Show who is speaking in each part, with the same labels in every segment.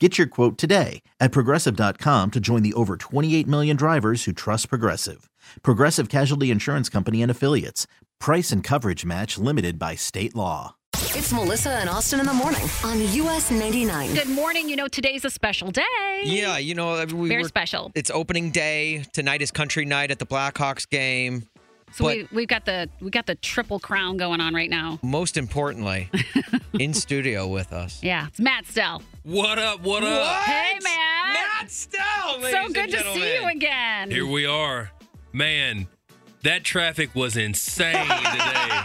Speaker 1: Get your quote today at progressive.com to join the over 28 million drivers who trust Progressive. Progressive Casualty Insurance Company and Affiliates. Price and coverage match limited by state law.
Speaker 2: It's Melissa and Austin in the morning on US 99.
Speaker 3: Good morning. You know, today's a special day.
Speaker 4: Yeah, you know, I mean, we
Speaker 3: Very
Speaker 4: were-
Speaker 3: special.
Speaker 4: It's opening day. Tonight is country night at the Blackhawks game.
Speaker 3: So
Speaker 4: but-
Speaker 3: we, we've got the we got the triple crown going on right now.
Speaker 4: Most importantly, in studio with us.
Speaker 3: Yeah, it's Matt Stell.
Speaker 5: What up? What up?
Speaker 3: Hey, Matt.
Speaker 4: Matt Stell,
Speaker 3: So good to see you again.
Speaker 5: Here we are. Man, that traffic was insane today.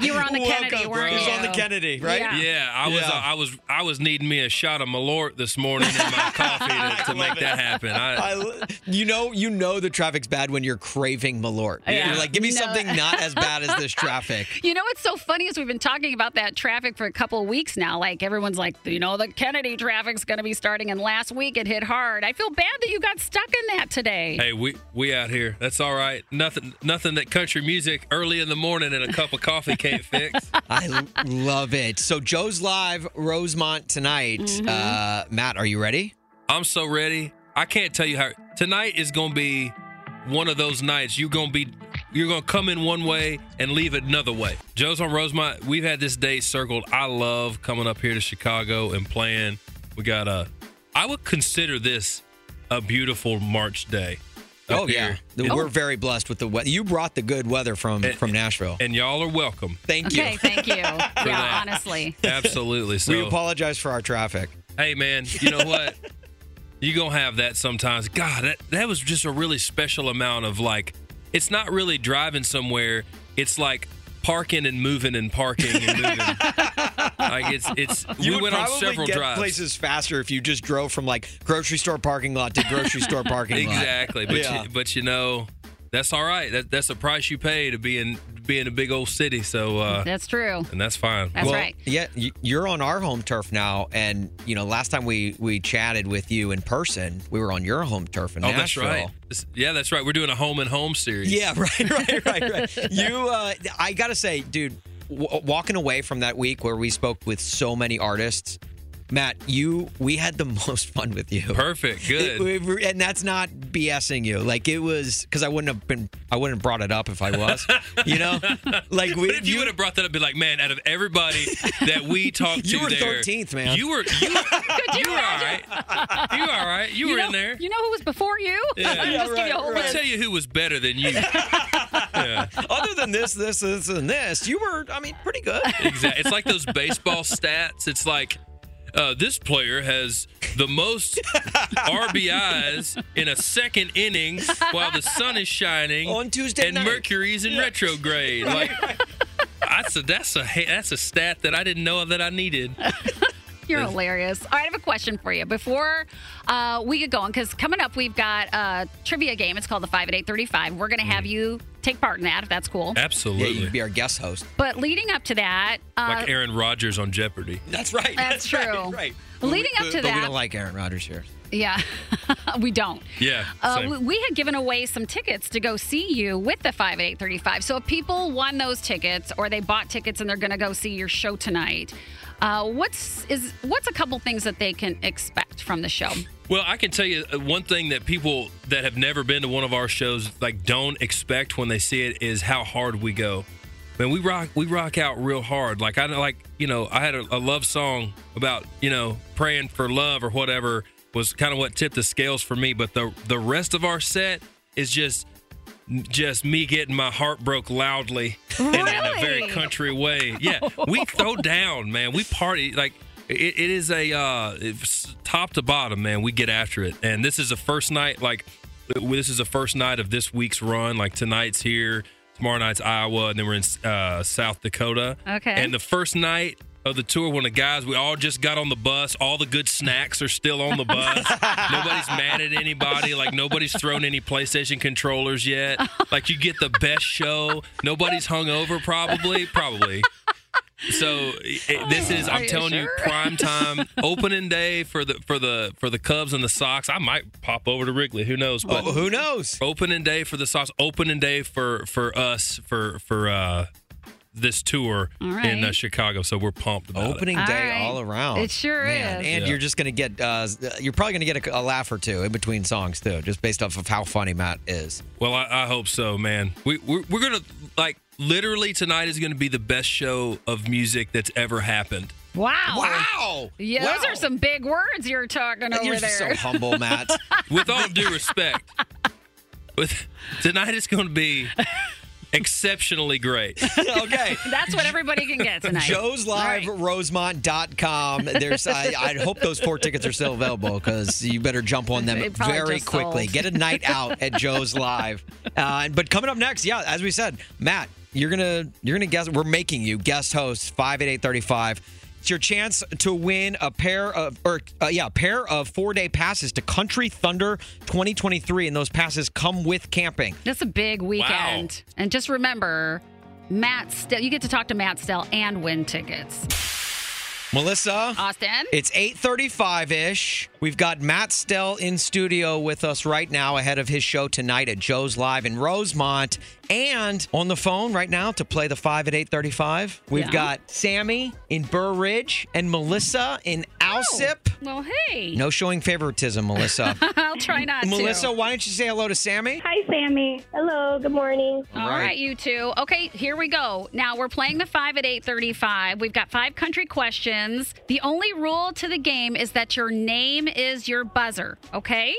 Speaker 3: You were on the Kennedy, weren't
Speaker 4: He's
Speaker 3: you?
Speaker 4: on the Kennedy, right?
Speaker 3: Yeah.
Speaker 5: yeah, I was uh,
Speaker 4: Yeah.
Speaker 5: I was I was needing me a shot of Malort this morning in my coffee to, to make that happen.
Speaker 4: I
Speaker 5: I,
Speaker 4: l- you know, you know the traffic's bad when you're craving Malort.
Speaker 3: Yeah.
Speaker 4: You're like, give me
Speaker 3: No.
Speaker 4: something not as bad as this traffic.
Speaker 3: You know what's so funny is we've been talking about that traffic for a couple of weeks now. Like everyone's like, you know, the Kennedy traffic's going to be starting, and last week it hit hard. I feel bad that you got stuck in that today.
Speaker 5: hey, we we out here. That's all right. Nothing nothing that country music early in the morning and a cup of coffee can't fix.
Speaker 4: I l- love it. So Joe's live Rosemont tonight.
Speaker 3: Mm-hmm.
Speaker 4: Uh, Matt, are you ready?
Speaker 5: I'm so ready. I can't tell you how tonight is gonna be one of those nights you're gonna be you're gonna come in one way and leave another way. Joe's on Rosemont. We've had this day circled. I love coming up here to Chicago and playing. We got a. I would consider this a beautiful March day. up
Speaker 4: oh
Speaker 5: here.
Speaker 4: yeah, we're very blessed with the weather. You brought the good weather from from Nashville.
Speaker 5: and y'all are welcome.
Speaker 4: Thank you.
Speaker 3: okay, thank you. yeah,
Speaker 5: that.
Speaker 3: honestly.
Speaker 5: Absolutely. So
Speaker 4: We apologize for our traffic.
Speaker 5: Hey man, you know what? you gonna have that sometimes. God, that that was just a really special amount of like it's not really driving somewhere, it's like parking and moving and parking and moving. like it's it's we went on several
Speaker 4: get
Speaker 5: drives.
Speaker 4: places faster if you just drove from like grocery store parking lot to grocery store parking lot.
Speaker 5: exactly. But
Speaker 4: Yeah.
Speaker 5: you, but you know, that's all right. That that's the price you pay to be in be in a big old city, so uh
Speaker 3: That's true.
Speaker 5: and that's fine.
Speaker 3: That's
Speaker 4: Well,
Speaker 3: right.
Speaker 4: Yeah, y- you're on our home turf now, and you know last time we we chatted with you in person, we were on your home turf in
Speaker 5: Oh, that's
Speaker 4: Nashville.
Speaker 5: right. This- Yeah, that's right. We're doing a home and home series.
Speaker 4: Yeah, right, right, right, right. You, uh, I gotta say, dude, w- walking away from that week where we spoke with so many artists, Matt, you, we had the most fun with you.
Speaker 5: Perfect.
Speaker 4: It-
Speaker 5: Good.
Speaker 4: we- and that's not BSing you. Like it was because I wouldn't have been, I wouldn't have brought it up if I was. You know, like we.
Speaker 5: But if you, would have brought that up, be like, man, out of everybody that we talked to,
Speaker 4: You were
Speaker 5: there,
Speaker 4: 13th, man.
Speaker 5: You were, you,
Speaker 3: you
Speaker 5: you were all right. You were all right. You, were
Speaker 3: know,
Speaker 5: in there.
Speaker 3: You know who was before you?
Speaker 5: Yeah.
Speaker 3: Just
Speaker 5: Yeah,
Speaker 3: give you a whole
Speaker 5: I'll
Speaker 3: list.
Speaker 5: tell you who was better than you. yeah,
Speaker 4: other than this, this, this, and this, you were, I mean, pretty good.
Speaker 5: exactly. It's like those baseball stats. It's like. Uh, this player has the most RBIs in a second inning while the sun is shining
Speaker 4: On Tuesday
Speaker 5: and
Speaker 4: night.
Speaker 5: Mercury's in retrograde. Like, that's a that's a that's a stat that I didn't know that I needed.
Speaker 3: You're hilarious. All right, I have a question for you. Before uh, we get going, because coming up, we've got a trivia game. It's called the 5 at 835. We're going to have you take part in that if that's cool.
Speaker 4: Mm. Yeah,
Speaker 5: Absolutely.
Speaker 4: you'd be our guest host.
Speaker 3: But leading up to that, uh,
Speaker 5: like Aaron Rodgers on Jeopardy.
Speaker 4: That's right.
Speaker 3: That's true.
Speaker 4: Right. right.
Speaker 3: Leading up
Speaker 4: But-
Speaker 3: to
Speaker 4: but we
Speaker 3: that-
Speaker 4: don't like Aaron Rodgers here.
Speaker 3: yeah, we don't.
Speaker 5: Yeah.
Speaker 3: Uh,
Speaker 5: same.
Speaker 3: we- we had given away some tickets to go see you with the 5 at 835. So if people won those tickets or they bought tickets and they're going to go see your show tonight, uh, what's is what's a couple things that they can expect from the show?
Speaker 5: well, I can tell you uh, one thing that people that have never been to one of our shows like don't expect when they see it is how hard we go. man, we rock we rock out real hard. Like I like you know I had a, a love song about you know praying for love or whatever was kind of what tipped the scales for me. But the the rest of our set is just just me getting my heart broke loudly and in a very
Speaker 3: Really?
Speaker 5: country way. Yeah, we throw down, man. We party like it, it is a uh, it's top to bottom, man. We get after it, and this is the first night. Like this is the first night of this week's run. Like tonight's here, tomorrow night's Iowa, and then we're in uh, South Dakota.
Speaker 3: Okay.
Speaker 5: and the first night. Of the tour, when the guys, we all just got on the bus. All the good snacks are still on the bus. nobody's mad at anybody. Like nobody's thrown any PlayStation controllers yet. Like you get the best show. Nobody's hung over, probably, probably. So it, this is
Speaker 3: Oh Are
Speaker 5: I'm
Speaker 3: you
Speaker 5: telling you
Speaker 3: sure?
Speaker 5: prime time opening day for the for the for the Cubs and the Sox. I might pop over to Wrigley, who knows? But
Speaker 3: Oh.
Speaker 4: Well, Oh, who knows?
Speaker 5: opening day for the Sox, opening day for for us for for uh this tour
Speaker 3: All
Speaker 5: in uh,
Speaker 3: right.
Speaker 5: Chicago. So we're pumped about it.
Speaker 4: Opening
Speaker 3: All
Speaker 4: day
Speaker 3: right.
Speaker 4: all around.
Speaker 3: It sure
Speaker 4: Man,
Speaker 3: is.
Speaker 4: And
Speaker 5: Yeah.
Speaker 4: you're just gonna get uh, you're probably gonna get a, a laugh or two in between songs too, just based off of how funny Matt is.
Speaker 5: Well, I, I hope so, man. We we're, we're gonna like literally tonight is gonna be the best show of music that's ever happened.
Speaker 3: Wow.
Speaker 4: Wow.
Speaker 3: Oh. Yeah, those
Speaker 4: Wow.
Speaker 3: are some big words you're talking over
Speaker 4: You're
Speaker 3: there.
Speaker 4: so humble, Matt.
Speaker 5: With all due respect, with tonight is gonna be exceptionally great.
Speaker 4: okay.
Speaker 3: That's what everybody can get tonight.
Speaker 4: Joe's Live Rosemont.com. There's I, I hope those four tickets are still available because you better jump on
Speaker 3: They
Speaker 4: them
Speaker 3: probably
Speaker 4: very
Speaker 3: just
Speaker 4: quickly.
Speaker 3: sold.
Speaker 4: Get a night out at Joe's Live. Uh, but coming up next, yeah, as we said, Matt, you're gonna you're gonna guess we're making you guest host five at eight thirty five. It's your chance to win a pair of, or uh, yeah, a pair of four day passes to Country Thunder 2023, and those passes come with camping.
Speaker 3: That's a big weekend. And just remember, Matt Stell, you get to talk to Matt Stell and win tickets.
Speaker 4: Melissa,
Speaker 3: Austin?
Speaker 4: It's 8:35-ish. We've got Matt Stell in studio with us right now ahead of his show tonight at Joe's Live in Rosemont and on the phone right now to play the 5 at 8:35. We've
Speaker 3: Yeah.
Speaker 4: got Sammy in Burr Ridge and Melissa in Alsip.
Speaker 3: well, hey.
Speaker 4: No showing favoritism, Melissa.
Speaker 3: I'll try not to.
Speaker 4: Melissa, why don't you say hello to Sammy?
Speaker 6: Hi, Sammy. Hello. Good morning.
Speaker 3: All
Speaker 4: Right.
Speaker 3: right. you two. Okay, here we go. Now we're playing the five at eight thirty-five. We've got five country questions. The only rule to the game is that your name is your buzzer. Okay.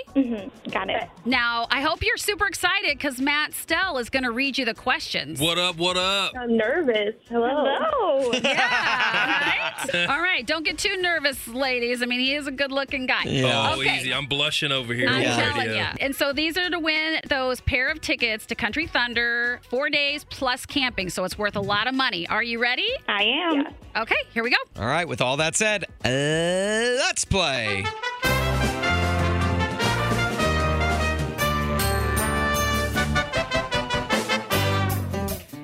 Speaker 6: Got it.
Speaker 3: Now I hope you're super excited because Matt Stell is going to read you the questions.
Speaker 5: What up? What up?
Speaker 6: I'm nervous. Hello. Hello.
Speaker 3: Yeah. all right. All right. Don't get too nervous, ladies. I mean, he is a good-looking guy.
Speaker 4: Yeah.
Speaker 5: Oh,
Speaker 3: Okay.
Speaker 5: easy. I'm blushing over here.
Speaker 3: I'm
Speaker 5: on the
Speaker 3: telling
Speaker 5: radio.
Speaker 3: you. And so these are to win those pair of tickets to Country Thunder, four days plus camping. So it's worth a lot of money. Are you ready?
Speaker 6: I am.
Speaker 3: Okay, here we go.
Speaker 4: All right, with all that said, uh, let's play.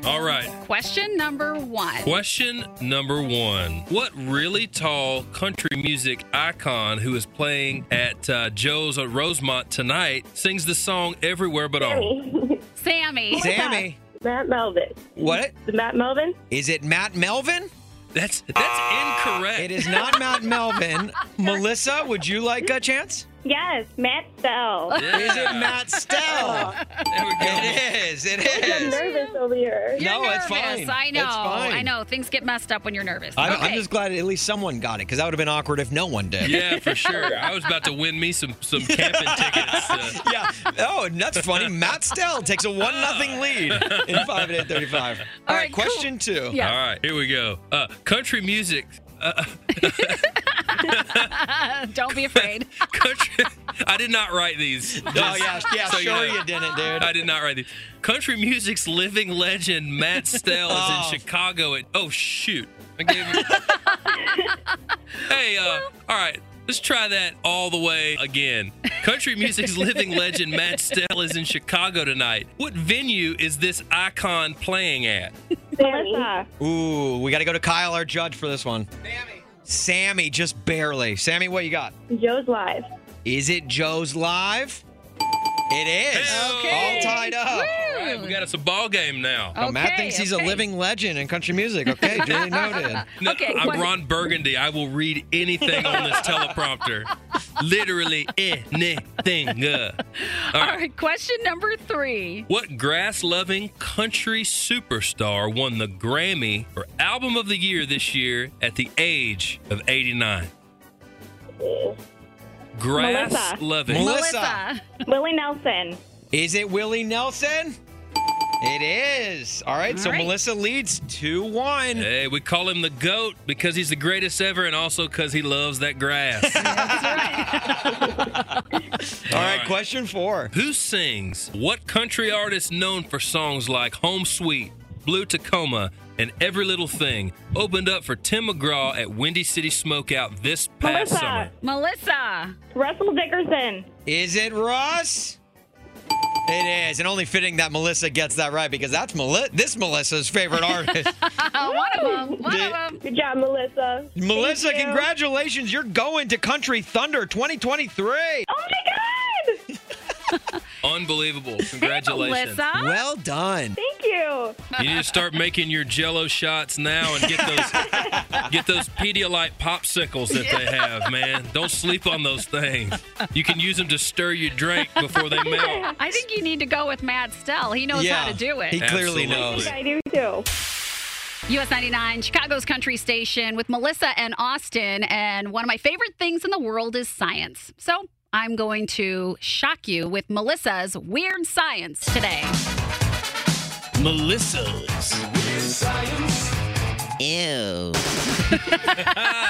Speaker 5: All right.
Speaker 3: Question number one.
Speaker 5: Question number one What really tall country music icon who is playing at uh, Joe's at Rosemont tonight sings the song Everywhere But On?
Speaker 3: Sammy.
Speaker 4: Sammy,
Speaker 6: Matt Melvin.
Speaker 4: what?
Speaker 6: Is it Matt Melvin?
Speaker 4: Is it Matt Melvin?
Speaker 5: That's that's incorrect.
Speaker 4: It is not Matt Melvin. Melissa, would you like a chance?
Speaker 6: Yes, Matt Bell.
Speaker 5: Yeah.
Speaker 4: Is it Matt Stell?
Speaker 5: There we go.
Speaker 4: it is. It
Speaker 6: I'm
Speaker 4: is.
Speaker 6: nervous over here.
Speaker 3: You're
Speaker 4: No,
Speaker 3: nervous.
Speaker 4: it's fine.
Speaker 3: I know.
Speaker 4: It's fine.
Speaker 3: I know. Things get messed up when you're nervous.
Speaker 4: I'm,
Speaker 3: okay.
Speaker 4: I'm just glad at least someone got it because that would have been awkward if no one did.
Speaker 5: Yeah, for sure. I was about to win me some some camping tickets. uh,
Speaker 4: Yeah. Oh, and that's funny. Matt Stell takes a one nothing lead in five at eight thirty five. All
Speaker 3: All
Speaker 4: right,
Speaker 3: right, cool.
Speaker 4: question two.
Speaker 3: Yeah.
Speaker 5: All right, here we go. Uh, country music.
Speaker 3: Don't be afraid.
Speaker 5: Country. I did not write these.
Speaker 4: Oh yeah, yeah.
Speaker 5: So you
Speaker 4: sure
Speaker 5: know.
Speaker 4: you didn't, dude.
Speaker 5: I did not write these. Country music's living legend Matt Stell is
Speaker 4: Oh.
Speaker 5: in Chicago. At, oh shoot! I gave him. hey, uh, all right. Let's try that all the way again. Country music's living legend Matt Stell is in Chicago tonight. What venue is this icon playing at?
Speaker 6: Sammy.
Speaker 4: Ooh, we got to go to Kyle, our judge, for this one. Sammy. Sammy, just barely. Sammy, what you got?
Speaker 6: Joe's live.
Speaker 4: Is it Joe's live? It is.
Speaker 5: Okay.
Speaker 4: All tied up.
Speaker 5: All right, we got us a ball game now.
Speaker 4: Now, Matt
Speaker 3: Okay,
Speaker 4: thinks he's a
Speaker 3: okay.
Speaker 4: living legend in country music. Okay, duly noted.
Speaker 5: No,
Speaker 3: Okay,
Speaker 5: I'm
Speaker 3: what-
Speaker 5: Ron Burgundy. I will read anything on this teleprompter. Literally anything. thing. Uh, all
Speaker 3: All
Speaker 5: right.
Speaker 3: right, question number three.
Speaker 5: What grass loving country superstar won the Grammy for Album of the Year this year at the age of 89? Grass loving.
Speaker 4: Melissa.
Speaker 6: Willie Nelson.
Speaker 4: Is it Willie Nelson? It is. All right.
Speaker 3: All
Speaker 4: so
Speaker 3: right.
Speaker 4: Melissa leads 2 1.
Speaker 5: Hey, we call him the GOAT because he's the greatest ever and also because he loves that grass.
Speaker 4: All right,
Speaker 5: right.
Speaker 4: Question four.
Speaker 5: Who sings? What country artist known for songs like Home Sweet, Blue Tacoma, and Every Little Thing opened up for Tim McGraw at Windy City Smokeout this past
Speaker 6: Melissa.
Speaker 5: summer?
Speaker 3: Melissa.
Speaker 6: Russell Dickerson.
Speaker 4: Is it Russ? It is. And only fitting that Melissa gets that right because that's Meli- this Melissa's favorite artist.
Speaker 3: Uh, one of them. One of them.
Speaker 6: Good job, Melissa.
Speaker 4: Melissa,
Speaker 6: Thank you.
Speaker 4: congratulations. You're going to Country Thunder 2023.
Speaker 6: Oh my God!
Speaker 5: Unbelievable.
Speaker 3: Hey,
Speaker 5: Congratulations.
Speaker 3: Melissa.
Speaker 4: Well done.
Speaker 6: Thank you.
Speaker 5: You need to start making your Jello shots now and get those get those Pedialyte popsicles that they have, man. Don't sleep on those things. You can use them to stir your drink before they melt.
Speaker 3: I think you need to go with Matt Stell. He knows
Speaker 4: Yeah.
Speaker 3: how to do
Speaker 4: He
Speaker 3: it.
Speaker 4: clearly
Speaker 5: Absolutely.
Speaker 4: knows.
Speaker 6: I do too.
Speaker 3: US 99, Chicago's country station with Melissa and Austin. And one of my favorite things in the world is science. So I'm going to shock you with Melissa's weird science today.
Speaker 7: Melissa's. Ew.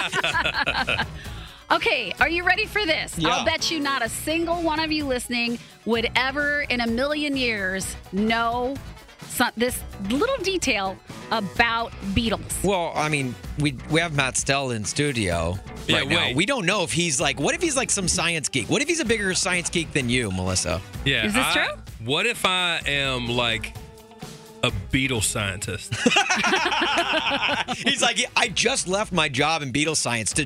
Speaker 3: Okay, are you ready for this?
Speaker 4: Yeah.
Speaker 3: I'll bet you not a single one of you listening would ever in a million years know some, this little detail about beetles.
Speaker 4: Well, I mean, we we have Matt Stell in studio
Speaker 5: Yeah,
Speaker 4: right now.
Speaker 5: wait.
Speaker 4: We don't know if he's like, what if he's like some science geek? What if he's a bigger science geek than you, Melissa?
Speaker 5: Yeah.
Speaker 3: Is this
Speaker 5: I-
Speaker 3: true?
Speaker 5: What if I am like a beetle scientist?
Speaker 4: He's like, I just left my job in Beatles science to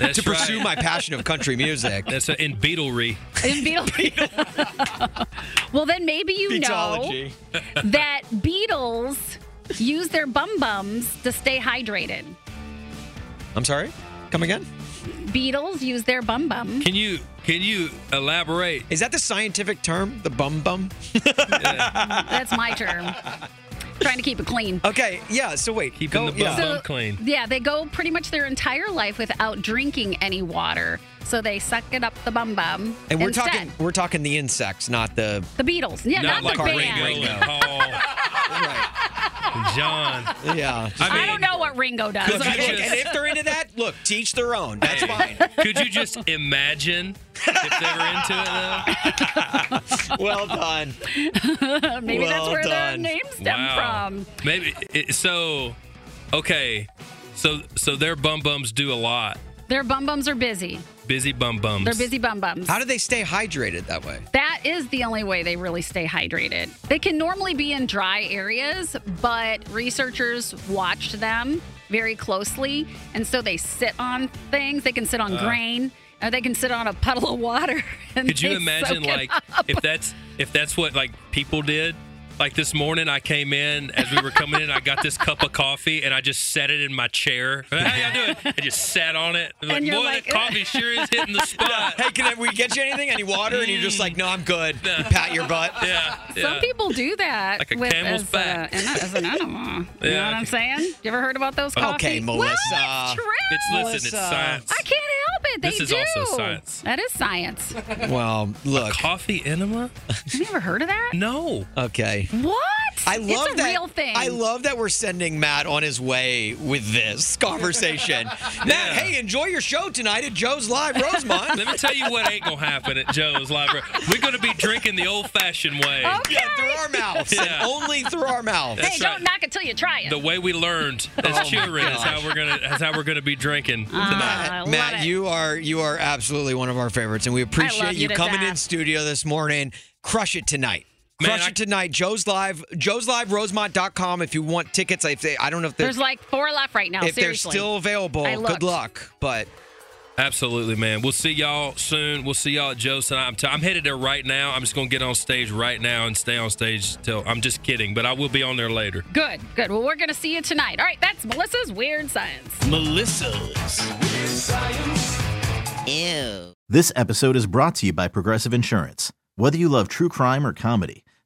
Speaker 5: That's
Speaker 4: to pursue
Speaker 5: right.
Speaker 4: my passion of country music.
Speaker 5: That's a, in beetlery.
Speaker 3: In beetle- well, then maybe you
Speaker 4: Beetology.
Speaker 3: know that beetles use their bum bums to stay hydrated.
Speaker 4: I'm sorry. Come again?
Speaker 3: Beetles use their bum bum.
Speaker 5: Can you can you elaborate?
Speaker 4: Is that the scientific term? The bum bum?
Speaker 3: That's my term. Trying to keep it clean.
Speaker 4: Okay, yeah. So wait,
Speaker 5: Keeping
Speaker 4: go-
Speaker 5: the bum
Speaker 4: yeah.
Speaker 5: bum clean.
Speaker 3: Yeah, they go pretty much their entire life without drinking any water. So they suck it up the bum bum.
Speaker 4: And we're
Speaker 3: instead.
Speaker 4: talking we're talking the insects, not the
Speaker 3: the Beatles. Yeah, not,
Speaker 5: like
Speaker 3: the
Speaker 4: Ringo.
Speaker 3: band.
Speaker 5: Ringo and Paul
Speaker 4: right.
Speaker 5: and John.
Speaker 4: Yeah.
Speaker 5: I
Speaker 3: I
Speaker 5: mean,
Speaker 3: don't know what Ringo does.
Speaker 4: Look,
Speaker 5: I
Speaker 4: and-
Speaker 5: just-
Speaker 4: and if they're into that, look, teach their own. That's fine.
Speaker 5: Could you just imagine if they were into it though?
Speaker 4: Well done.
Speaker 3: Maybe that's
Speaker 4: Well
Speaker 3: where
Speaker 4: done.
Speaker 3: the name stemmed from.
Speaker 5: Maybe it, so. Okay, so so their bum bums do a lot.
Speaker 3: Their bum bums are busy.
Speaker 5: Busy bum bums.
Speaker 3: They're busy bum bums.
Speaker 4: How do they stay hydrated that way?
Speaker 3: That is the only way they really stay hydrated. They can normally be in dry areas, but researchers watched them very closely. And so they sit on things. They can sit on grain or they can sit on a puddle of water. And
Speaker 5: Uh. Could you
Speaker 3: they
Speaker 5: imagine
Speaker 3: soak it
Speaker 5: like
Speaker 3: up.
Speaker 5: if that's if that's what like people did? Like this morning, I came in as we were coming in. I got this cup of coffee and I just set it in my chair. How y'all doing? I just sat on it. I'm Like,
Speaker 3: And you're
Speaker 5: boy,
Speaker 3: like-
Speaker 5: that coffee sure is hitting the spot.
Speaker 4: Hey, can I, we get you anything? Any water? And you're just like, no, I'm good. You pat your butt.
Speaker 5: yeah,
Speaker 3: Some
Speaker 5: yeah.
Speaker 3: people do that
Speaker 5: Like a
Speaker 3: with,
Speaker 5: camel's
Speaker 3: as,
Speaker 5: back.
Speaker 3: A, an- as an animal. You know
Speaker 5: Yeah.
Speaker 3: what I'm saying? You ever heard about those coffee?
Speaker 4: Okay,
Speaker 3: Well,
Speaker 4: Melissa.
Speaker 3: it's true.
Speaker 5: It's listen, it's
Speaker 4: Melissa.
Speaker 5: science.
Speaker 3: I can't help it. They
Speaker 5: This is
Speaker 3: do.
Speaker 5: also science.
Speaker 3: That is science. Have
Speaker 4: Well, look.
Speaker 5: Coffee enema?
Speaker 3: you ever heard of that?
Speaker 5: No.
Speaker 4: Okay.
Speaker 3: What?
Speaker 4: I love
Speaker 3: it's a
Speaker 4: that.
Speaker 3: real thing.
Speaker 4: I love that we're sending Matt on his way with this conversation. Matt, hey, enjoy your show tonight at Joe's Live Rosemont.
Speaker 5: Let me tell you what ain't gonna happen at Joe's Library. We're gonna be drinking the old-fashioned way.
Speaker 4: Yeah, through our mouths. and
Speaker 5: Yeah.
Speaker 4: only through our mouths.
Speaker 3: Hey, don't
Speaker 5: right.
Speaker 3: knock it till you try it.
Speaker 5: the way we learned as
Speaker 4: Oh my
Speaker 5: children is
Speaker 4: gosh. Uh-huh.
Speaker 5: how we're gonna that's how we're gonna be drinking.
Speaker 3: Ah, I
Speaker 4: Matt,
Speaker 3: love
Speaker 4: Matt
Speaker 3: it.
Speaker 4: you are you are absolutely one of our favorites, and we appreciate
Speaker 3: you
Speaker 4: you
Speaker 3: to
Speaker 4: coming in
Speaker 3: death.
Speaker 4: studio this morning. Crush it tonight.
Speaker 5: Man,
Speaker 4: Crush
Speaker 5: I-
Speaker 4: it tonight. Joe's live. Joe's live. Rosemont.com. If you want tickets, if they, I don't know if they're
Speaker 3: There's like four left right now.
Speaker 4: if they're
Speaker 3: seriously.
Speaker 4: still available.
Speaker 3: I
Speaker 4: Good
Speaker 3: looked.
Speaker 4: luck. But
Speaker 5: Absolutely, man. We'll see y'all soon. We'll see y'all at Joe's tonight. I'm, t- I'm headed there right now. I'm just gonna get on stage right now and stay on stage till I'm just kidding, but I will be on there later.
Speaker 3: good, good. Well, we're gonna see you tonight. All right, that's Melissa's weird science.
Speaker 7: Melissa's. Ew.
Speaker 1: This episode is brought to you by Progressive Insurance. Whether you love true crime or comedy,